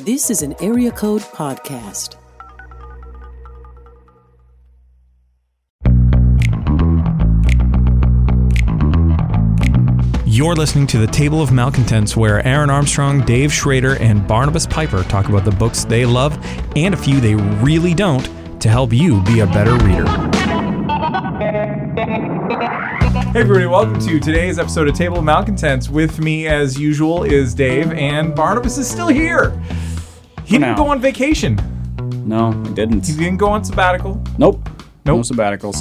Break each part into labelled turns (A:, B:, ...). A: This is an Area Code Podcast.
B: You're listening to the Table of Malcontents, where Aaron Armstrong, Dave Schrader, and Barnabas Piper talk about the books they love and a few they really don't to help you be a better reader. Hey, everybody, welcome to today's episode of Table of Malcontents. With me, as usual, is Dave, and Barnabas is still here. He
C: For
B: didn't
C: now.
B: go on vacation,
C: No, I didn't.
B: he didn't go on sabbatical.
C: Nope. No
B: Nope.
C: sabbaticals.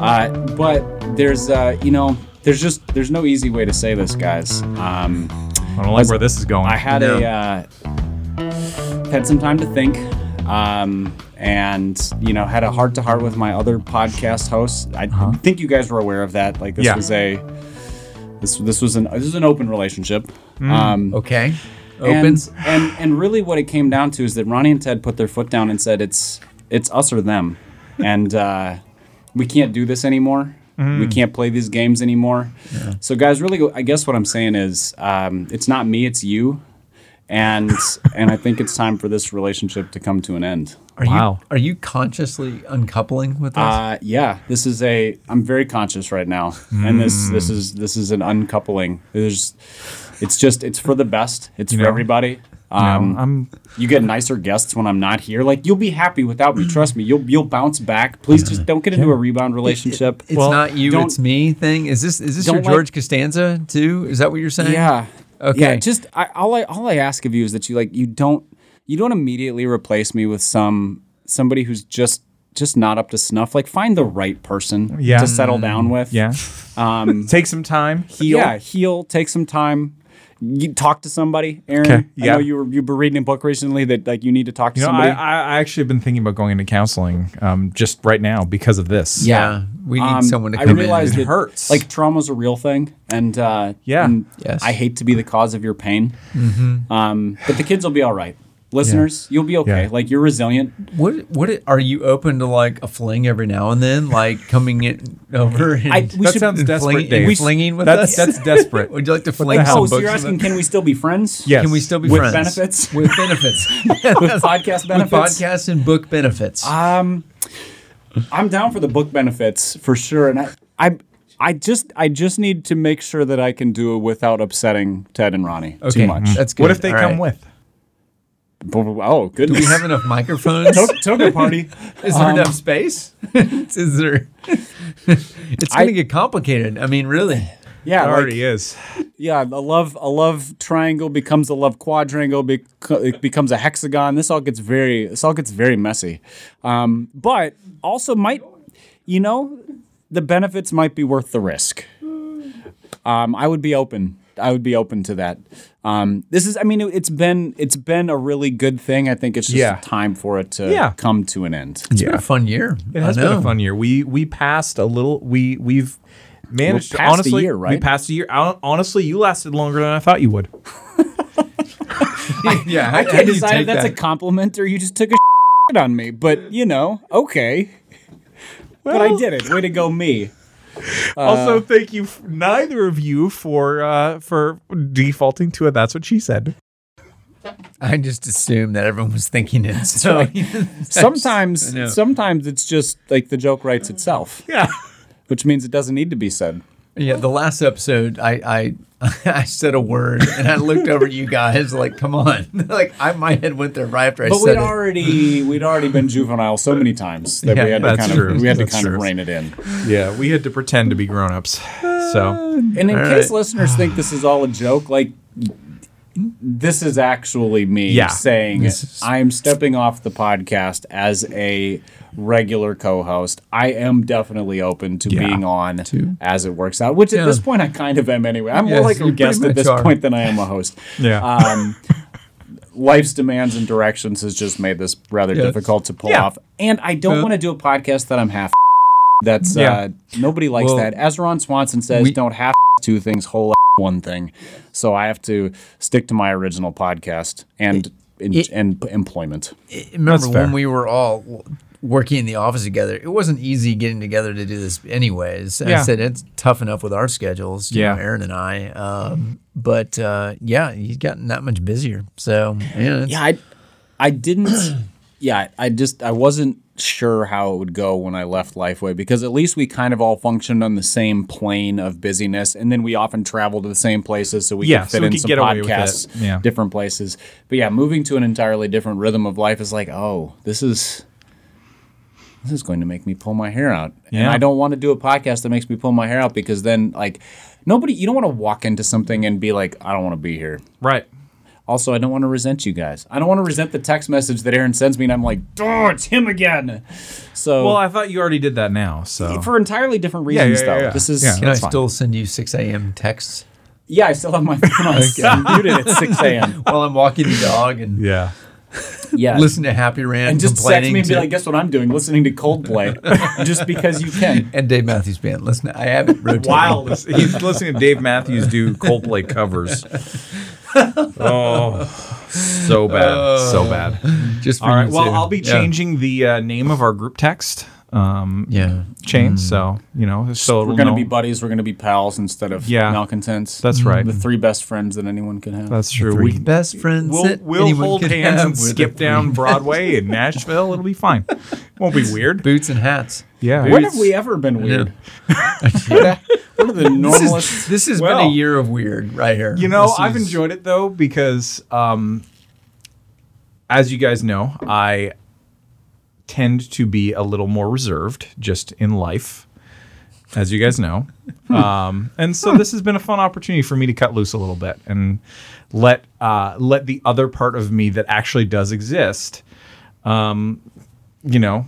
C: Uh, but there's, uh, you know, there's just there's no easy way to say this, guys. Um,
B: I don't like where this is going.
C: I had a uh, had some time to think, um, and you know, had a heart to heart with my other podcast hosts. I think you guys were aware of that. Like this
B: Uh-huh. Yeah.
C: was a this this was an this was an open relationship.
B: Mm.
C: Um,
D: Okay.
C: and, and and really what it came down to is that Ronnie and Ted put their foot down and said it's it's us or them, and uh, we can't do this anymore. We can't play these games anymore. So guys, really, I guess what I'm saying is um, it's not me, it's you, and and I think it's time for this relationship to come to an end.
D: Are
B: Wow.
D: you are you consciously uncoupling with us?
C: Uh, yeah, this is a. I'm very conscious right now, and this this is this is an uncoupling. There's, it's just it's for the best. It's for
B: know?
C: everybody. Um,
B: Um, I'm
C: you get nicer guests when I'm not here. Like you'll be happy without me. Trust me. You'll you'll bounce back. Please just don't get into a rebound relationship.
D: it's
B: well,
D: not you,
C: don't-
D: it's me thing. Is this is this your
C: don't like-
D: George Costanza too? Is that what you're saying?
C: yeah.
D: Okay.
C: Yeah. Just I, all I all I ask of you is that you like you don't you don't immediately replace me with some somebody who's just just not up to snuff. Like find the right person
B: Yeah.
C: to settle down
D: Mm-hmm.
C: with.
B: yeah.
C: Um,
B: Take some time.
C: heal. Yeah, heal. Take some time. You talk to somebody, Aaron.
B: Okay,
C: I
B: yeah.
C: know you were you were reading a book recently that like you need to talk to
B: You know, I,
C: somebody.
B: I I actually have been thinking about going into counseling um, just right now because of this.
D: Yeah. We need
C: Um,
D: someone to
C: I
D: come
C: realized
D: in.
B: It
C: that
B: hurts.
C: Like trauma's a real thing, and uh,
B: Yeah.
C: and
D: Yes.
C: I hate to be the cause of your pain. Um, but the kids will be all right. Listeners, you'll be okay.
B: Yeah.
C: Like you're resilient.
D: What what it- are you open to like a fling every now and then? Like coming in over and
C: I- we
B: that
C: should-
B: sounds
D: and
B: desperate,
D: fling-
B: Dave.
D: and flinging with
B: that's,
D: us?
B: That's desperate.
D: Would you like to
B: the
D: fling
B: hell?
D: some
C: Oh,
D: books?
C: so you're
D: with
C: asking,
D: us?
C: can we still be friends?
B: Yes.
D: Can we still be
C: With
D: friends?
C: benefits?
D: With benefits.
C: With podcast
D: With
C: benefits.
D: podcast and book benefits.
C: Um, I'm down for the book benefits for sure, and I, I, I just, I just need to make sure that I can do it without upsetting Ted and Ronnie
D: okay.
C: too much.
D: That's good.
B: what if they
D: All
B: come
D: right.
B: with?
C: Oh
D: Do
C: goodness!
D: we have enough microphones?
C: toga party.
D: Is there enough space? Um, Is there? it's going
C: I-
D: to get complicated. I mean, really.
C: Yeah,
B: It
C: like-
B: already is.
C: yeah. A love, a love triangle becomes a love quadrangle. Bec- it becomes a hexagon. This all gets very, this all gets very messy. Um, but also might, you know, the benefits might be worth the risk. Um, I would be open. I would be open to that. Um, this is, I mean, it, has been, it's been a really good thing. I think it's just
B: Yeah.
C: time for it to
B: Yeah.
C: come to an end.
D: It's been a fun year.
B: It has
D: I
B: been a
D: know.
B: fun year. We we passed a little. We we've managed. to-
C: past a
B: honestly,
C: year,
B: we
C: right?
B: passed a year. Hon- Honestly, you lasted longer than I thought you would.
D: yeah,
C: I can't decide if that's a compliment or you just took a shit on me, but you know, okay. but I
B: Well-
C: did it. Way to go, me. Uh,
B: also, thank you f- neither of you for uh, for defaulting to it. That's what she said.
D: I just assumed that everyone was thinking it. So that's- I know.
C: Sometimes, sometimes it's just like the joke writes itself,
B: Yeah.
C: which means it doesn't need to be said.
D: yeah, the last episode, I I I said a word and I looked over at you guys like, come on, like I my head went there right after I
C: But
D: said
C: we'd
D: it.
C: already we'd already been juvenile so many times that
D: Yeah,
C: we had to
B: that's
C: kind
B: true.
C: of we had
B: That's
C: to kind
B: true.
C: of rein it in.
B: Yeah. We had to pretend to be grown ups. So
C: And in
D: All
C: case
D: right.
C: listeners think this is all a joke, like this is actually me
B: Yeah.
C: saying
D: This is-
C: I am stepping off the podcast as a regular co-host. I am definitely open to
B: Yeah.
C: being on as it works out, which at
D: Yeah.
C: this point I kind of am anyway. I'm
D: Yes,
C: more like
D: you
C: a
D: pretty
C: guest at
D: much
C: this
D: are.
C: point than I am a host.
B: Yeah.
C: Um, life's demands and directions has just made this rather
D: Yes. Uh,
C: difficult to pull
B: Yeah.
C: off, and I don't
D: Yeah.
C: want to do a podcast that I'm half. That's
B: Yeah.
C: uh, nobody likes
D: Well,
C: that. As Ron Swanson says,
D: we-
C: don't half two things, whole one thing. So I have to stick to my original podcast and and,
D: It-
C: and p- employment.
D: Remember
B: That's fair.
D: when we were all working in the office together, it wasn't easy getting together to do this anyways.
B: Yeah.
D: I said it's tough enough with our schedules, you
B: Yeah.
D: know, Aaron and I. Um, but uh, yeah, he's gotten that much busier. So yeah, it's-
C: Yeah, I, I didn't. yeah, I just I wasn't sure how it would go when I left Lifeway because at least we kind of all functioned on the same plane of busyness, and then we often traveled to the same places, so we
B: Yeah,
C: could
B: so
C: fit
B: we
C: in
B: could
C: some
B: get away with
C: podcasts,
B: it. Yeah.
C: different places. But yeah, moving to an entirely different rhythm of life is like, oh, this is. This is going to make me pull my hair out. And
B: Yeah.
C: I don't want to do a podcast that makes me pull my hair out because then, like, nobody, you don't want to walk into something and be like, I don't want to be here.
B: Right.
C: Also, I don't want to resent you guys. I don't want to resent the text message that Aaron sends me, and I'm like, "Oh, it's him again." So,
B: Well, I thought you already did that now. So
C: for entirely different
B: Yeah, yeah,
C: reasons,
B: yeah,
C: though.
B: yeah.
C: This is
B: Yeah.
C: yeah.
D: can I
C: fine.
D: still send you six a.m. texts
C: yeah, I still have my phone on muted at 6 a.m.
D: while I'm walking the dog and
B: yeah.
C: Yeah,
D: listen to Happy Rant
C: and just text
D: complaining
C: me and be
D: to-
C: like, "Guess what I'm doing? Listening to Coldplay, just because you can."
D: and Dave Matthews Band. Listen, I have it rotated.
B: Wild. He's listening to Dave Matthews do Coldplay covers. Oh, so bad, so bad.
D: just for
B: Oh. All right.
D: you
B: Well,
D: two.
B: I'll be
D: Yeah.
B: changing the uh, name of our group text um,
D: Yeah.
B: chain. So you know, so
C: We're
B: it'll
C: gonna
B: know-
C: be buddies. We're gonna be pals instead of
B: Yeah.
C: malcontents. Mm-hmm.
B: That's right.
C: The three best friends that anyone can have.
B: That's true.
D: Three
B: We
D: best friends.
B: we'll,
D: that
B: we'll
D: anyone
B: hold
D: could
B: hands
D: have
B: and
D: with
B: skip
D: a-
B: down Broadway in Nashville. It'll be fine. Won't be weird.
D: boots and hats.
B: Yeah.
C: when
D: Boots.
C: have we ever been weird? One of the
D: This is-
C: normalest.
D: this has
B: Well,
D: been a year of weird right here.
B: You know,
D: This
B: I've
D: is-
B: enjoyed it though because, um, as you guys know, I tend to be a little more reserved just in life, as you guys know. um, and so this has been a fun opportunity for me to cut loose a little bit and let uh, let the other part of me that actually does exist, um, you know,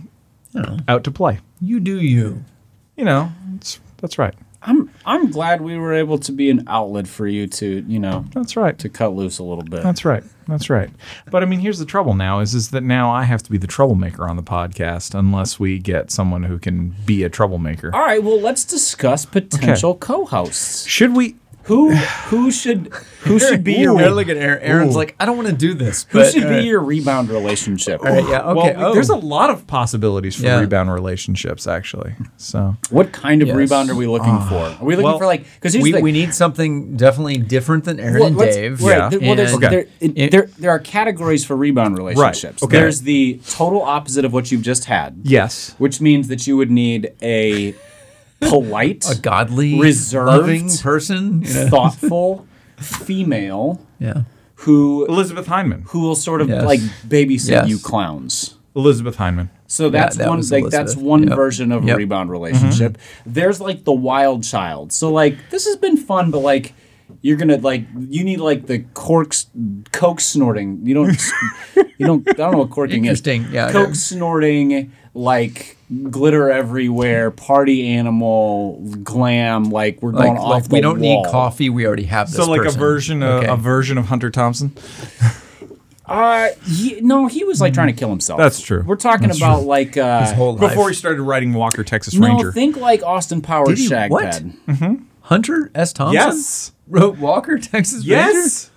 D: Oh.
B: out to play.
D: You do you.
B: You know, it's, that's right.
C: I'm I'm glad we were able to be an outlet for you to you know
B: That's right.
C: to cut loose a little bit.
B: That's right. That's right. But I mean, here's the trouble now is is that now I have to be the troublemaker on the podcast unless we get someone who can be a troublemaker.
C: All right, well, let's discuss potential co-hosts.
B: Should we
C: Who who should who should be your
D: Aaron, look at Aaron. Aaron's like, I don't want to do this.
C: who
D: but-
C: should
D: all
C: be
D: right.
C: your rebound relationship?
D: All right, yeah. Okay.
B: Well,
D: oh.
B: there's a lot of possibilities for
D: Yeah.
B: rebound relationships actually. So,
C: What kind of
D: Yes. Ah.
C: rebound are we looking for? Are we looking
B: well,
C: for like because
D: we, we need something definitely different than Aaron and Dave.
B: right,
C: yeah.
B: Yeah.
C: well, there's,
D: And-
C: there, it-
D: Okay.
C: there, there are categories for rebound relationships.
B: okay.
C: There's the total opposite of what you've just had,
B: yes.
C: which means that you would need a polite,
D: A godly,
C: Reserved.
D: loving person. you know?
C: thoughtful female
D: Yeah.
C: who
B: Elizabeth Heineman.
C: who will sort of
D: Yes.
C: like babysit
D: Yes.
C: you clowns.
B: Elizabeth Heineman.
C: So that's
D: that
C: one
D: was
C: like that's
D: Elizabeth.
C: one
D: Yep.
C: version of a
D: Yep. Mm-hmm.
C: rebound relationship. There's like the wild child. So like this has been fun, but like you're gonna like you need like the corks coke snorting. You don't you don't I don't know what corking is.
D: Interesting. Yeah, I
C: Coke
D: know.
C: snorting like glitter everywhere, party animal, glam. Like we're
D: Like,
C: going off
D: like
C: the
D: we don't need
C: wall.
D: coffee. We already have this.
B: So like
D: person.
B: a version of
D: Okay.
B: a version of Hunter Thompson.
C: Uh, he, no, he was like trying to kill himself.
B: That's true.
C: We're talking about like uh,
D: His whole life.
B: Before he started writing Walker Texas
C: no,
B: Ranger.
C: think like Austin
D: Did
C: Powers
D: he-
C: shag
D: what?
C: pad.
D: Hunter S. Thompson
B: Yes.
D: wrote Walker, Texas Ranger?
B: Yes.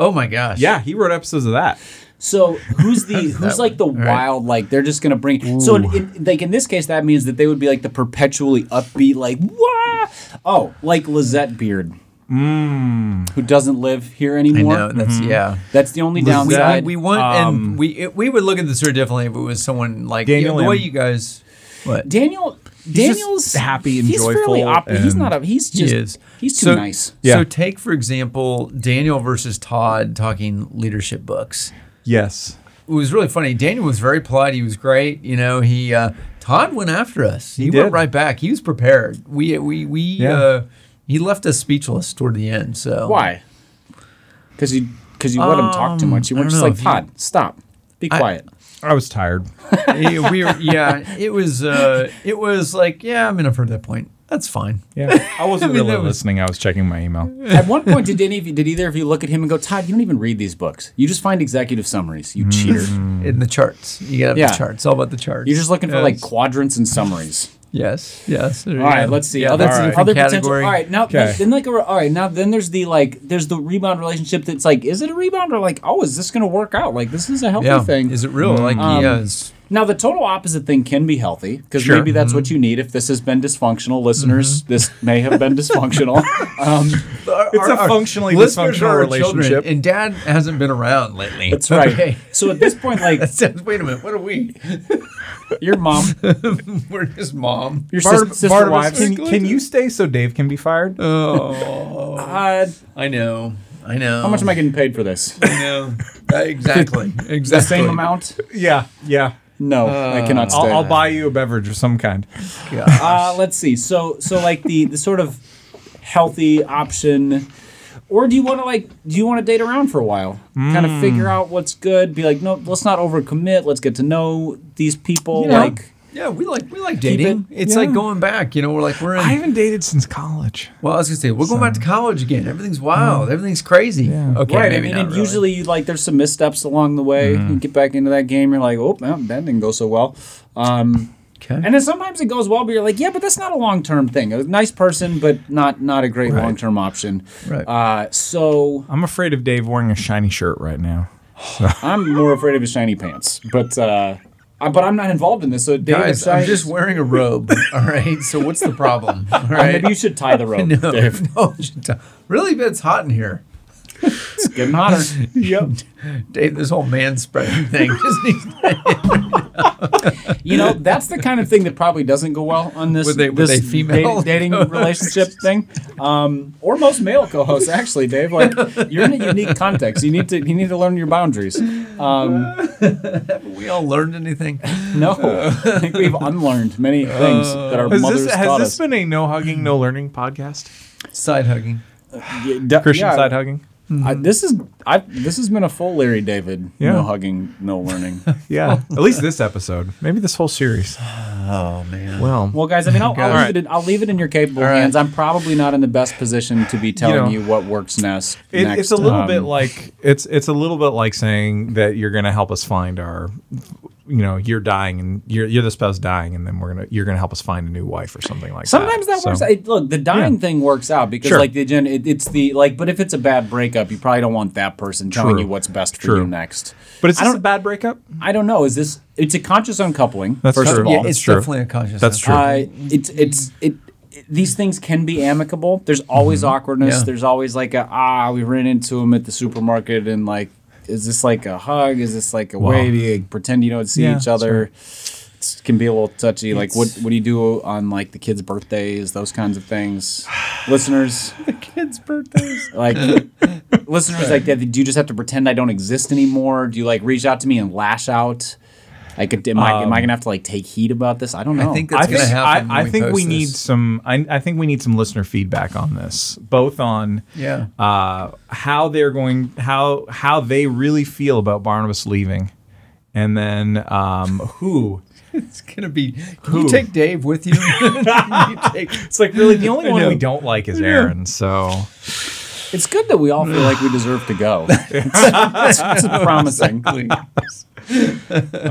D: Oh my gosh.
B: Yeah, he wrote episodes of that.
C: So who's the who's like the wild like they're just gonna bring so in, in, like in this case that means that they would be like the perpetually upbeat like wah oh like Lizette Beard who doesn't live here
D: Mm. I
C: anymore. Mm-hmm.
D: know. That's yeah.
C: That's the only
D: Um, We- we-
C: downside.
D: We, want and we it, we would look at this very differently if it was someone like
B: Um, Daniel
D: you know, the way
B: M.
D: you guys. What
C: Daniel
B: just
C: Daniel's
B: happy and
C: he's Fairly
B: joyful
C: op- he's
B: and-
C: not a he's
D: he
C: just
D: is.
C: he's too
D: So-
C: nice.
B: Yeah.
D: So take for example Daniel versus Todd talking leadership books.
B: Yes.
D: It was really funny. Daniel was very polite. He was great. You know, he uh, Todd went after us. He,
B: did.
D: went right back. He was prepared. We we we
B: Yeah.
D: uh, he left us speechless toward the end. So
C: Why? Because you because you let him talk too much. You
D: Um, I
C: weren't
D: don't
C: just
D: know
C: like
D: if you-
C: Todd. Stop. Be quiet.
B: I was tired.
D: Yeah, we were, yeah, it was uh, it was like yeah, I'm enough for that point. That's fine.
B: Yeah. I wasn't
D: mean,
B: really
D: that was-
B: listening. I was checking my email.
C: At one point, did any of you, did either of you look at him and go, Todd, you don't even read these books. You just find executive summaries. You cheater.
D: Mm. in the charts. You got
C: Yeah.
D: the charts. It's all about the charts.
C: You're just looking for
D: Yes.
C: like quadrants and summaries.
D: yes, yes.
C: All right, let's see.
D: Yeah,
C: other
D: that's a different
C: other potential.
D: category.
C: All right, now
B: Okay.
C: then like all right now then there's the like there's the rebound relationship that's like is it a rebound or like oh is this gonna work out like this is a healthy
D: yeah.
C: thing
D: Is it real? Like
C: Um,
D: yeah, it's
C: Now the total opposite thing can be healthy because
B: Sure.
C: maybe that's what you need. If this has been dysfunctional, listeners, this may have been dysfunctional. um,
B: It's a functionally
D: listeners
B: dysfunctional
D: are our children,
B: relationship.
D: and Dad hasn't been around lately.
C: that's right.
D: Okay.
C: So at this point, like
D: Sounds- Wait a minute. What are we?
C: your mom,
D: We're his mom.
C: your sis-
B: Barb-
C: sister
B: Barnabas,
C: wives.
B: can, can you stay so Dave can be fired?
C: uh,
D: I know. I know.
C: Oh. how much am I getting paid for this?
D: I know. Uh, Exactly. Exactly. Uh,
C: The same amount?
B: yeah, yeah.
C: No, I cannot stay.
B: I'll, I'll buy you a beverage of some kind.
C: Uh, let's see. So so like the the sort of healthy option, or do you want to like do you want to date around for a while, kind
D: Hmm.
C: of figure out what's good? Be like, no, let's not overcommit. Let's get to know these people.
D: You know,
C: Like,
D: yeah, we like we like dating.
C: it-
D: it's
B: yeah.
D: like going back. You know, we're like we're in.
B: I haven't dated since college.
D: well, I was gonna say we're going back to college again. Everything's wild. Everything's crazy. Okay,
C: right? I
D: maybe
C: mean,
D: not
C: and
D: really. Hmm.
C: usually you like there's some missteps along the way. You get back into that game, you're like, oh, well, that didn't go so well. Um,
D: Okay.
C: And then sometimes it goes well, but you're like, yeah, but that's not a long term thing. A nice person, but not not a great long term option.
D: Right.
C: Uh, so
B: I'm afraid of Dave wearing a shiny shirt right now.
C: I'm more afraid of his shiny pants, but uh, I, but I'm not involved in this. So David,
D: Guys,
C: shiny,
D: I'm just wearing a robe. All right. So what's the problem? All right.
C: maybe you should tie the rope,
D: no,
C: Dave.
D: no, you should t- really, it's hot in here.
C: It's getting hotter.
B: Yep.
D: Dave, this whole man spreading thing just needs
C: You know, that's the kind of thing that probably doesn't go well on this,
D: With a- with
C: this
D: a female
C: dating, dating
D: co-host.
C: relationship thing, um, or most male co-hosts. Actually, Dave, like you're in a unique context. You need to you need to learn your boundaries. Um,
D: we all learned anything.
C: no, I think we've unlearned many things that our
B: Uh, Has
C: mothers
B: this,
C: taught
B: has this
C: us.
B: been a no hugging, no learning podcast?
D: Side hugging.
C: Yeah, d-
B: Christian
C: yeah,
B: side hugging?
C: I, this is I, this has been a full Larry David.
B: Yeah.
C: No hugging, no learning.
B: Yeah. At least this episode. Maybe this whole series.
D: Oh man.
B: Well,
C: Well, guys, I mean, I'll, I'll, leave,
B: Alright.
C: it in, I'll leave it in your capable
D: Alright.
C: hands. I'm probably not in the best position to be telling
B: know,
C: you, what works next.
B: it,
C: next.
B: it's a little
C: Um,
B: bit like it's it's a little bit like saying that you're going to help us find our, you know, you're dying and you're you're the spouse dying, and then we're gonna you're going to help us find a new wife or something like
C: Sometimes
B: that.
C: that works.
B: So-
C: out. It, look, the dying
B: Yeah.
C: thing works out because,
B: Sure.
C: like, the gen, it, it's the like. But if it's a bad breakup, you probably don't want that person telling
B: True.
C: you what's best for you
B: True.
C: next.
B: But it's
C: I
B: just a
C: don't-
B: bad breakup.
C: I don't know. Is this? It's a conscious uncoupling.
B: That's
C: first
B: true.
C: of all,
D: Yeah,
B: Well,
D: it's
B: true.
D: definitely a conscious.
B: That's true.
C: Uh, it's it's it. it- These things can be amicable. There's always awkwardness.
D: Yeah.
C: There's always like a ah, we ran into him at the supermarket, and like, is this like a hug? Is this like a
B: Wow.
C: wave? You pretend you don't see
B: Yeah,
C: each
B: that's
C: other. It can be a little touchy. like, what
D: It's-
C: what do you do on like the kids' birthdays? Those kinds of things. listeners,
D: Kids' birthdays.
C: like listeners, like that. Do you just have to pretend I don't exist anymore? Do you like reach out to me and lash out? Like, am I am I gonna have to like take heat about this? I don't know.
D: think that's
B: I
D: gonna
B: think,
D: happen
B: I,
D: when
B: I
D: we
B: think we
D: post
B: need
D: this.
B: some. I, I think we need some listener feedback on this, both on
D: Yeah.
B: uh, how they're going, how how they really feel about Barnabas leaving, and then um, who.
D: It's gonna be. Can
B: Who?
D: you take Dave with you? Can you take-
B: It's like really the only
D: I
B: one
D: know.
B: we don't like is Aaron. So
C: It's good that we all feel like we deserve to go. it's, it's promising.
D: it's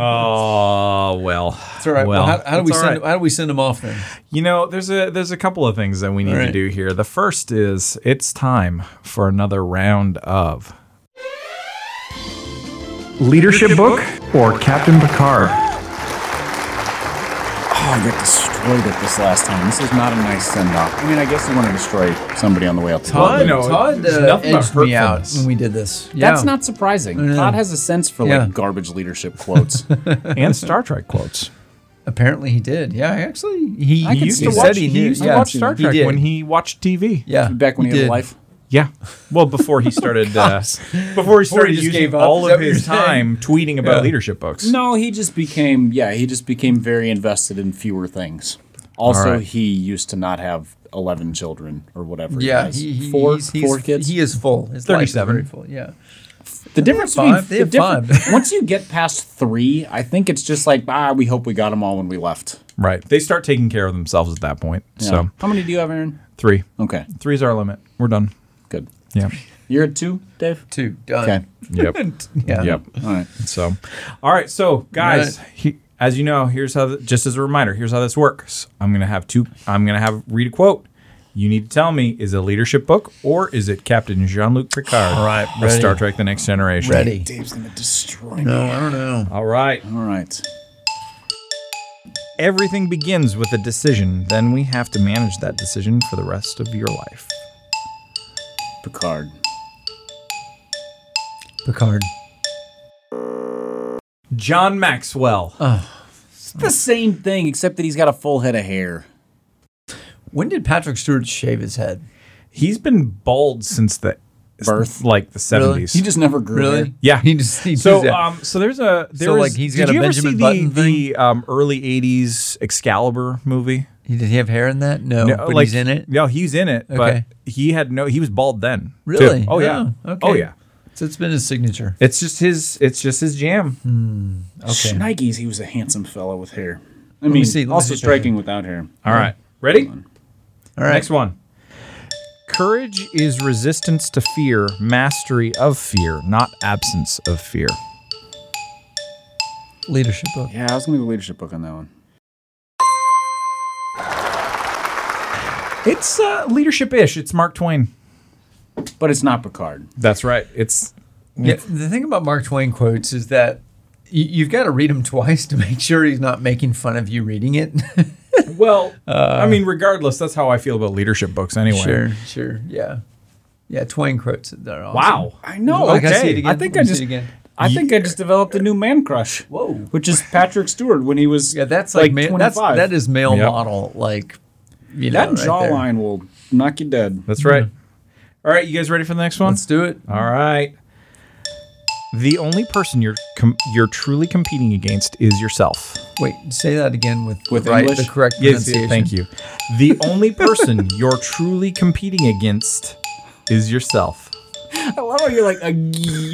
B: oh well.
D: all right. Well, how, how do we
B: it's all
D: send?
B: right.
D: Him, how do we send him off then?
B: You know, there's a there's a couple of things that we need
D: All
B: to
D: right.
B: do here. The first is it's time for another round of leadership book or Captain Picard.
C: Oh, I got destroyed at this last time. This is not a nice send off. I mean, I guess you want to destroy somebody on the way up to the
B: Todd,
C: building.
B: no,
D: Todd
B: there's
D: uh,
B: nothing but
D: edged me out
B: hurtfulness.
D: when we did this. Yeah.
C: That's not surprising. Todd has a sense for
D: Yeah.
C: like garbage leadership quotes.
B: and Star Trek quotes.
D: Apparently, he did. Yeah, actually, he,
C: I
D: he
C: can
D: used
C: see
D: to
C: that.
D: watch.
B: he,
D: He knew,
B: used to
D: yeah,
B: watch Star Trek
D: did.
B: when he watched TV.
D: Yeah,
C: Back when he, had a
D: did.
C: life.
B: Yeah. Well, before he started, uh, before he started
D: he just
B: using
D: gave up,
B: all
D: is that
B: of
D: what you're
B: his
D: saying?
B: time tweeting about
D: Yeah.
B: leadership books.
C: No, he just became yeah, he just became very invested in fewer things. Also,
B: right.
C: he used to not have eleven children or whatever. he
D: Yeah,
C: has.
D: he, he,
C: four
D: he's, he's-
C: four kids.
D: He is full. His life is
B: 37.
D: very full. Yeah.
C: The difference
D: have
C: between
D: five. They
C: the
D: have
C: difference-
D: five.
C: once you get past three, I think it's just like ah, we hope we got them all when we left.
B: Right. They start taking care of themselves at that point.
C: Yeah.
B: So
C: how many do you have, Aaron?
B: three.
C: Okay,
B: Three's our limit. We're done.
C: good.
B: Yeah.
C: You're at two, Dave.
D: Two done.
C: Okay,
B: Yep.
D: Yeah.
B: Yep.
C: all right.
B: So, all right. So, guys,
D: Right.
B: he- as you know, here's how. The, just as a reminder, here's how this works. I'm gonna have two. I'm gonna have read a quote. You need to tell me: is it a leadership book or is it Captain Jean-Luc Picard?
D: All right,
B: of
D: ready.
B: Star Trek: The Next Generation.
D: Ready.
C: Dave's gonna destroy me.
D: No, I don't know.
B: All right.
C: All right.
B: Everything begins with a decision. Then we have to manage that decision for the rest of your life.
C: Picard.
D: Picard.
B: John Maxwell.
D: Uh.
C: It's the same thing, except that he's got a full head of hair.
D: When did Patrick Stewart shave his head?
B: He's been bald since the
C: Birth.
B: like the
D: Really?
B: seventies.
C: He just never grew hair.
B: Yeah.
D: He just he
B: So,
D: just-
B: um, so there's a there
D: So,
B: was-
D: like, he's
B: did
D: got a
B: you ever
D: Benjamin
B: see
D: Button
B: the, the um, early '80s Excalibur movie.
D: he did he have hair in that? No,
B: No,
D: but he's in it.
B: No, he's in it, but
D: Okay.
B: he had no. He was bald then. too.
D: Really?
B: Oh yeah.
D: Oh,
B: Oh,
D: okay.
B: yeah.
D: So it's been his signature.
B: It's just his. It's just his jam.
D: Hmm. Okay.
C: Schneikes, he was a handsome fellow with hair. I mean,
D: see, let me
C: also
D: see.
C: striking without hair.
B: All right. Ready?
D: All right.
B: Next one. Courage is resistance to fear, mastery of fear, not absence of fear.
D: Leadership book.
C: Yeah, I was going to go leadership book on that one.
B: It's uh, leadership-ish. It's Mark Twain.
C: But it's not Picard.
B: That's right. It's
D: Yeah, the thing about Mark Twain quotes is that y- you've got to read him twice to make sure he's not making fun of you reading it.
B: well. I mean, regardless, that's how I feel about leadership books anyway.
D: Uh. sure, yeah, yeah. Twain quotes they're awesome.
B: Wow.
C: I know.
D: Like, I see
C: okay.
D: it again.
C: I think
D: Let
C: I
D: me see
C: just
D: it again.
C: I think I just developed a new man crush.
D: Whoa.
C: Which is Patrick Stewart when he was
D: Yeah, that's like, ma- that's
C: 25.
D: that is male
B: Yep.
D: model like you
C: that
D: know, right there.
C: jawline will knock you dead.
B: That's right. Hmm. All right, you guys ready for the next one?
D: Let's do it.
B: All right. The only person you're com- you're truly competing against is yourself.
D: Wait, say that again with,
C: With
D: the right,
C: English?
D: the correct pronunciation.
B: Thank you. The only person you're truly competing against is yourself.
C: I love how you're like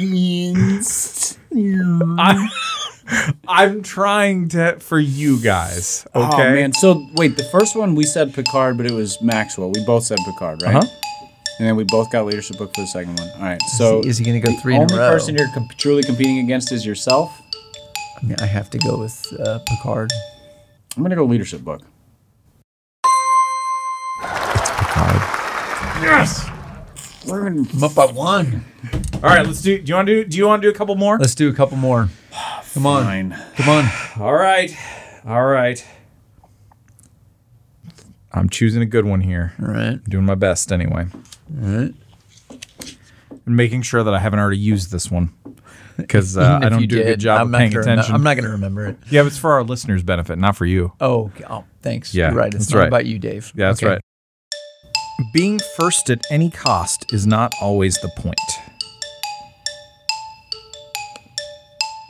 C: against.
B: I'm, I'm trying to for you guys. Okay.
C: Oh man! So wait, the first one we said Picard, but it was Maxwell. We both said Picard, right?
B: Uh-huh.
C: And then we both got leadership book for the second one. All right. So
D: Is he- is he gonna go
C: the
D: three in a
C: only
D: row?
C: person you're com- truly competing against is yourself.
D: I, mean, I have to go with uh, Picard.
C: I'm gonna go leadership book.
B: Yes.
D: I'm up by one.
B: All right. Let's do. Do you want to do? Do you want to do a couple more?
D: Let's do a couple more. Come on,
C: Fine.
D: come on.
B: All right. All right. I'm choosing a good one here.
D: All right.
B: doing my best anyway.
D: right.
B: And making sure that I haven't already used this one because uh,
D: Even
B: I
D: if
B: don't
D: you
B: do a
D: did,
B: good job of
D: not
B: paying
D: gonna remem-
B: attention.
D: I'm not going to remember it.
B: yeah, but it's for our listeners' benefit, not for you.
D: Oh, okay. oh thanks.
B: Yeah,
D: You're right. It's
B: that's
D: not
B: right.
D: about you, Dave.
B: Yeah, that's
D: Okay.
B: right. Being first at any cost is not always the point.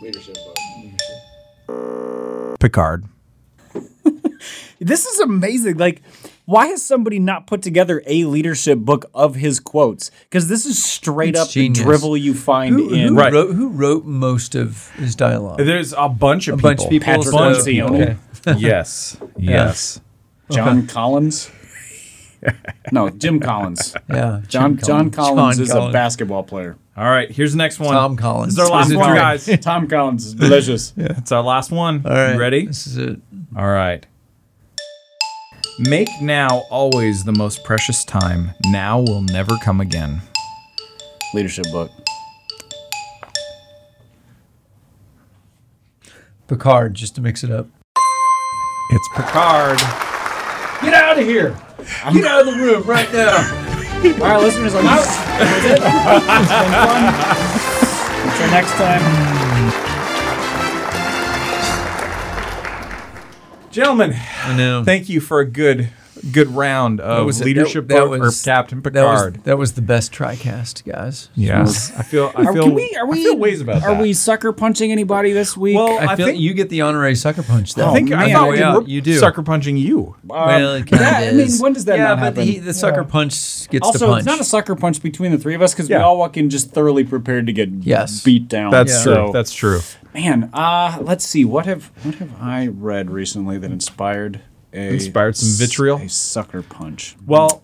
C: Leadership book.
B: Picard.
C: This is amazing. Like, why has somebody not put together a leadership book of his quotes? Because this is straight
D: It's
C: up
D: genius.
C: the drivel you find
D: Who,
C: in
D: who
B: Right.
D: wrote, who wrote most of his dialogue?
B: There's a bunch of
D: a
B: people.
D: bunch of people.
C: Patrick
D: so-
C: Bunch of people.
D: Okay.
B: yes. Yes.
C: John Collins. no, Jim Collins.
D: Yeah.
C: John John Collins
D: John
C: is a basketball player.
B: All right. Here's the next one.
D: Tom Collins.
B: This is our last
D: Is it
B: one,
D: Tom-
B: guys.
C: Tom Collins is delicious.
B: It's our last one.
D: All right.
B: You ready?
D: This is it.
B: All right. Make now always the most precious time. Now will never come again.
C: Leadership book.
D: Picard, just to mix it up.
B: It's Picard.
C: Get out of here. Get out of the room right now. All right, listeners, I'm out. That's it. It's been fun. Until next time.
B: Gentlemen,
D: I know.
B: thank you for a good good round of leadership book or Captain
D: That was,
B: Picard.
D: that was the best TriCast, guys.
B: yes. I feel I feel I feel ways about
C: Are
B: that.
C: we sucker punching anybody this week?
B: Well,
D: I,
B: I
D: feel
B: think-
D: you get the honorary sucker punch. Though.
B: I think I
C: Oh, man,
B: thought
C: way
B: we
D: out.
B: were
D: You do.
B: sucker punching you.
D: Well, it kinda
C: Um, yeah, I mean,
D: is.
C: when does that
D: yeah,
C: not
D: but
C: happen?
D: He, the sucker punch gets the
C: also,
D: punch.
C: it's not a sucker punch between the three of us because we
B: Yeah.
C: all walk in just thoroughly prepared to get
D: Yes.
C: beat down.
B: That's
D: Yeah.
B: true.
C: So-
B: That's true.
C: Man, uh, let's see. What have what have I read recently that inspired a
B: Inspired some vitriol?
C: a sucker punch?
B: Well,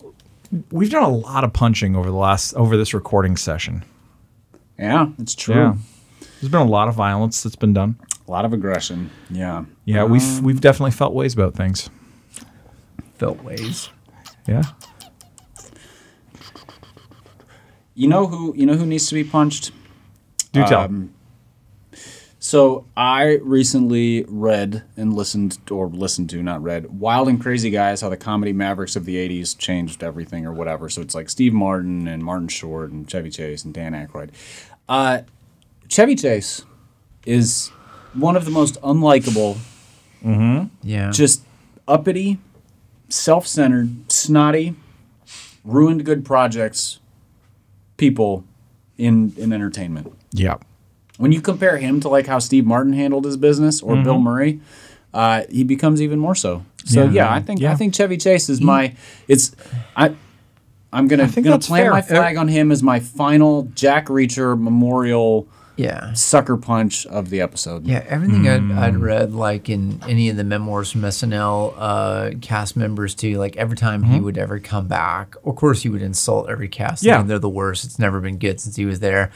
B: we've done a lot of punching over the last over this recording session.
C: Yeah, it's true.
B: There's been a lot of violence that's been done.
C: A lot of aggression. Yeah.
B: Yeah,
C: Um,
B: we've we've definitely felt ways about things.
D: felt ways.
B: Yeah.
C: You know who you know who needs to be punched?
B: Do tell.
C: Um, So I recently read and listened, or listened to, not read, Wild and Crazy Guys: How the Comedy Mavericks of the '80s Changed Everything, or whatever. So it's like Steve Martin and Martin Short and Chevy Chase and Dan Aykroyd. Uh, Chevy Chase is one of the most unlikable
D: Yeah.
C: just uppity, self-centered, snotty, ruined good projects people in in entertainment.
B: Yeah.
C: When you compare him to like how Steve Martin handled his business or Bill Murray, uh, he becomes even more so. So yeah, I think I
B: Mm-hmm. Yeah.
C: think Chevy Chase is my it's I I'm gonna
B: think
C: gonna
B: that's
C: plant
B: fair.
C: my flag on him as my final Jack Reacher memorial
D: yeah.
C: sucker punch of the episode.
D: Yeah, everything I'd, I'd read, like in any of the memoirs from SNL uh, cast members, too, like every time he would ever come back, of course, he would insult every cast.
B: Yeah.
D: saying They're the worst. It's never been good since he was there.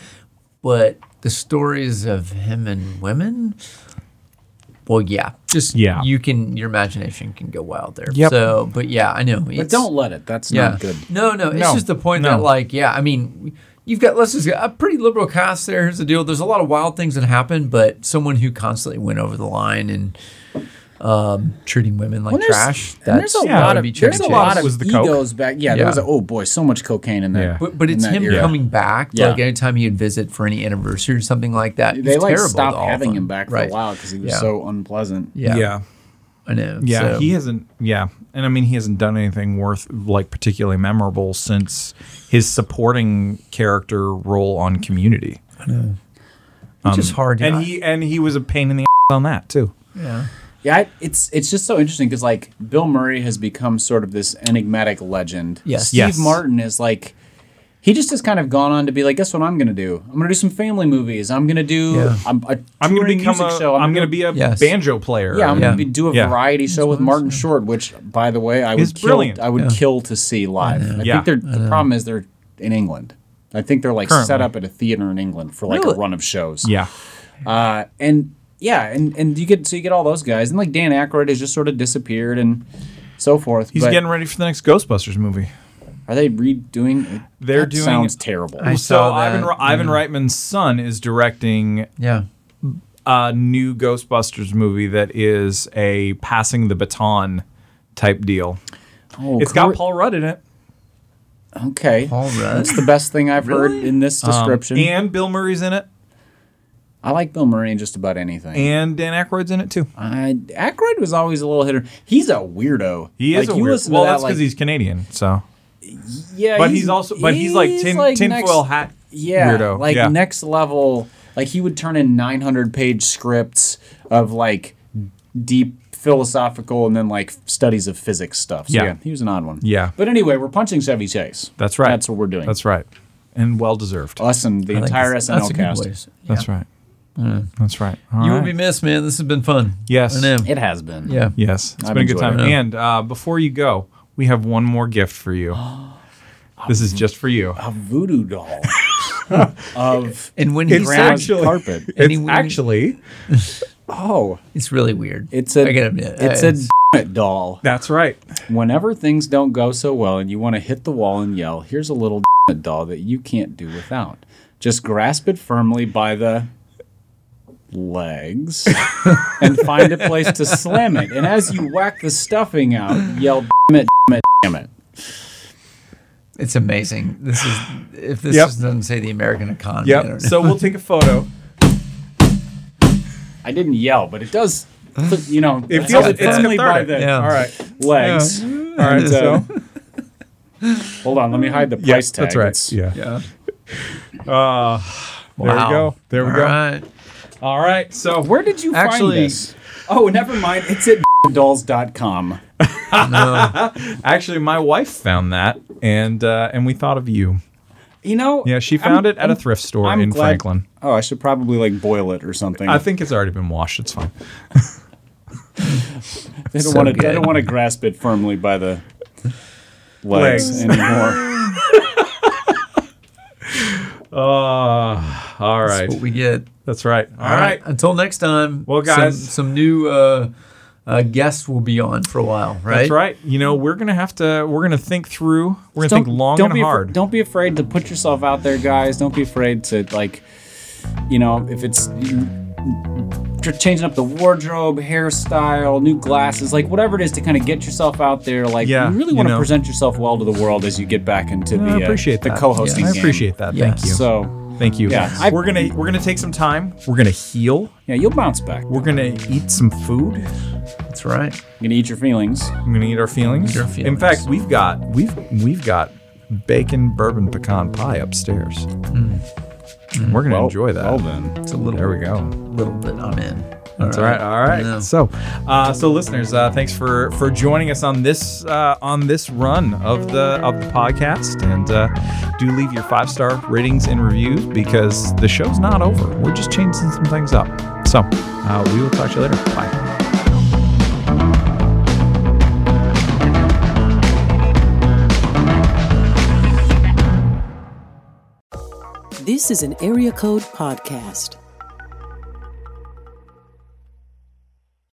D: But the stories of him and women, well, yeah, just
B: Yeah.
D: you can, your imagination can go wild there.
B: Yep.
D: So, but yeah, I know.
C: But don't let it. That's
D: yeah.
C: not good.
D: No, no, it's
B: No,
D: just the point
B: no.
D: that, like, yeah, I mean, you've got let's just a pretty liberal cast there. Here's the deal: there's a lot of wild things that happen, but someone who constantly went over the line and um, treating women like
C: Well, there's-
D: trash.
C: and there's a
B: yeah,
C: lot
B: would
C: of
B: be
C: there's a
B: Chevy
C: lot
B: Chase.
C: of
B: Was the coke?
C: egos back. Yeah, there
D: Yeah.
C: was a, oh boy, so much cocaine in there.
B: Yeah.
D: But, but
C: in
D: it's
C: that
D: him
C: era.
D: coming back.
C: Yeah.
D: Like anytime he'd visit for any anniversary or something like that,
C: They
D: he's
C: like
D: terrible to
C: stopped
D: all of
C: having
D: them.
C: him back for
D: right.
C: a while because he was
D: Yeah.
C: so unpleasant.
D: Yeah, yeah,
B: Yeah.
D: I know.
B: Yeah,
D: so-
B: he hasn't. Yeah, and I mean he hasn't done anything worth like particularly memorable since his supporting character role on Community,
D: it's just hard. to
B: um, and
D: not-
B: he and he was a pain in the ass on that too.
D: yeah.
C: Yeah, I, it's it's just so interesting because like Bill Murray has become sort of this enigmatic legend.
D: Yes.
C: Steve
B: Yes.
C: Martin is like. He just has kind of gone on to be like, guess what I'm going to do? I'm going to do some family movies. I'm going to do
D: Yeah.
C: I'm, a
B: I'm gonna
C: touring
B: become
C: music
B: a.
C: show.
B: I'm
C: gonna
B: gonna be a
D: Yes.
B: banjo player.
C: Yeah, I'm
D: Yeah.
C: gonna be, do a
B: Yeah.
C: variety show with Martin Short, which, by the way, I would
B: It's
C: kill.
B: brilliant.
C: I would kill to see live. I,
B: Yeah.
C: think they're the problem is they're in England. I think they're like set
B: Currently.
C: up at a theater in England for like a
D: Really?
C: run of shows.
B: yeah,
C: uh, and yeah, and and you get so you get all those guys, and like Dan Aykroyd has just sort of disappeared and so forth.
B: he's
C: but
B: getting ready for the next Ghostbusters movie.
C: Are they redoing?
B: They're
C: that
B: doing-
C: sounds terrible.
D: I
B: so
D: saw
B: Ivan
D: that,
B: Re- Ivan
C: Mm.
B: Reitman's son is directing
D: Yeah.
B: a new Ghostbusters movie that is a passing the baton type deal.
C: oh,
B: It's
C: Cor-
B: got Paul Rudd in it.
C: Okay,
D: All right.
C: that's the best thing I've heard in this
B: Um,
C: description.
B: and Bill Murray's in it,
C: I like Bill Murray in just about anything.
B: and Dan Aykroyd's in it too.
C: I, Aykroyd was always a little hitter. He's a weirdo.
B: He is
C: like,
B: a
C: you
B: weird.
C: listen to
B: Well,
C: that,
B: that's because
C: like-
B: he's Canadian. So,
C: yeah,
B: but he's, also, but he's, like tin, tinfoil
C: next-
B: hat
C: yeah,
B: weirdo.
C: like
B: yeah.
C: next level. Like he would turn in 900 page scripts of like deep philosophical and then like studies of physics stuff. So, yeah.
B: Yeah.
C: he was an odd one.
B: Yeah.
C: but anyway, we're punching Chevy Chase.
B: that's right.
C: That's what we're doing. Oh,
B: That's right, and well deserved.
C: us and the
D: I think
C: entire
D: that's- that's a
C: SNL
D: good
C: cast.
D: place. Yeah.
B: That's right.
C: Hmm.
B: That's right. All
D: You will
B: right.
D: be missed, man. This has been fun.
B: Yes.
D: I know.
C: It has been.
D: Yeah.
B: Yes, it's
C: I've
B: been a good
C: enjoyed
B: time.
D: it.
B: And uh, before you go, we have one more gift for you. this is just for you.
C: a voodoo doll of
D: And when he
B: It's
D: said,
C: grandma's
B: actually-
C: carpet.
D: and he
B: It's
D: went-
B: actually
C: Oh.
D: it's really weird.
C: It's a
D: I gotta admit,
C: it's
D: uh,
C: a it doll.
B: that's right.
C: Whenever things don't go so well and you want to hit the wall and yell, here's a little it doll that you can't do without. Just grasp it firmly by the legs and find a place to slam it. And as you whack the stuffing out, yell damn it, damn it, damn it.
D: it's amazing. This is if this
B: Yep.
D: doesn't say the American economy. I
B: Yep.
D: don't
B: So we'll take a photo.
C: I didn't yell, but it does you know,
B: It
C: it
B: feels
C: held
B: it's
C: firmly by
B: cathartic.
C: the
D: Yeah.
B: All right.
C: legs.
B: All right. So
C: Hold on, let me hide the
B: yeah,
C: price tag.
B: that's right.
C: It's-
B: Yeah.
D: know. yeah.
B: There we
D: Wow.
B: go. There we
D: All
B: go.
D: right.
B: All right. So
C: Where did you
D: Actually-
C: find this? Oh, never mind. It's at dolls.com.
B: actually, my wife found that, and uh, and we thought of you.
C: You know?
B: Yeah, she
C: I'm-
B: found it at a
C: I'm-
B: thrift store
C: I'm
B: in
C: glad-
B: Franklin.
C: Oh, I should probably like boil it or something.
B: I
C: I,
B: think it's already been washed. It's fine.
C: don't
D: so
C: want to. I
D: good.
C: don't want to grasp it firmly by the legs,
B: Legs.
C: anymore.
B: Uh, all right.
D: That's what we get.
B: That's right.
D: All right. Until next time.
B: Well,
D: some-
B: guys.
D: some, new uh, uh, guests will be on for a while, right?
B: That's right. You know, we're gonna have to. We're gonna think through. We're gonna think long
C: don't
B: and
C: be afra-
B: hard.
C: don't be afraid to put yourself out there, guys. Don't be afraid to like, you know, if it's you, tr- changing up the wardrobe, hairstyle, new glasses, like whatever it is to kind of get yourself out there. Like
B: Yeah,
C: you really
B: you
C: want to
B: know.
C: present yourself well to the world as you get back into the
B: I
C: uh,
B: appreciate
C: the
B: that.
C: co-hosting.
B: I
C: game.
B: appreciate that.
D: Yeah.
B: Thank you.
C: So
B: Thank you.
C: Yeah, I-
B: we're gonna we're gonna take some time. We're gonna heal.
C: yeah, you'll bounce back. We're
B: We're gonna eat some food.
D: That's right.
C: gonna eat your feelings.
B: I'm gonna eat our feelings.
D: Eat our
B: In
D: feelings.
B: fact, we've got we've we've got bacon bourbon pecan pie upstairs. We're gonna enjoy that.
C: Hmm. Oh, Well then,
D: It's a little.
B: There we go.
D: Little bit. I'm in.
B: That's all right. All right.
D: Yeah.
B: So, uh, so listeners, uh, thanks for for joining us on this uh, on this run of the of the podcast, and uh, do leave your five star ratings and reviews because the show's not over. We're just changing some things up. So, uh, we will talk to you later. Bye.
A: This is an Area Code Podcast.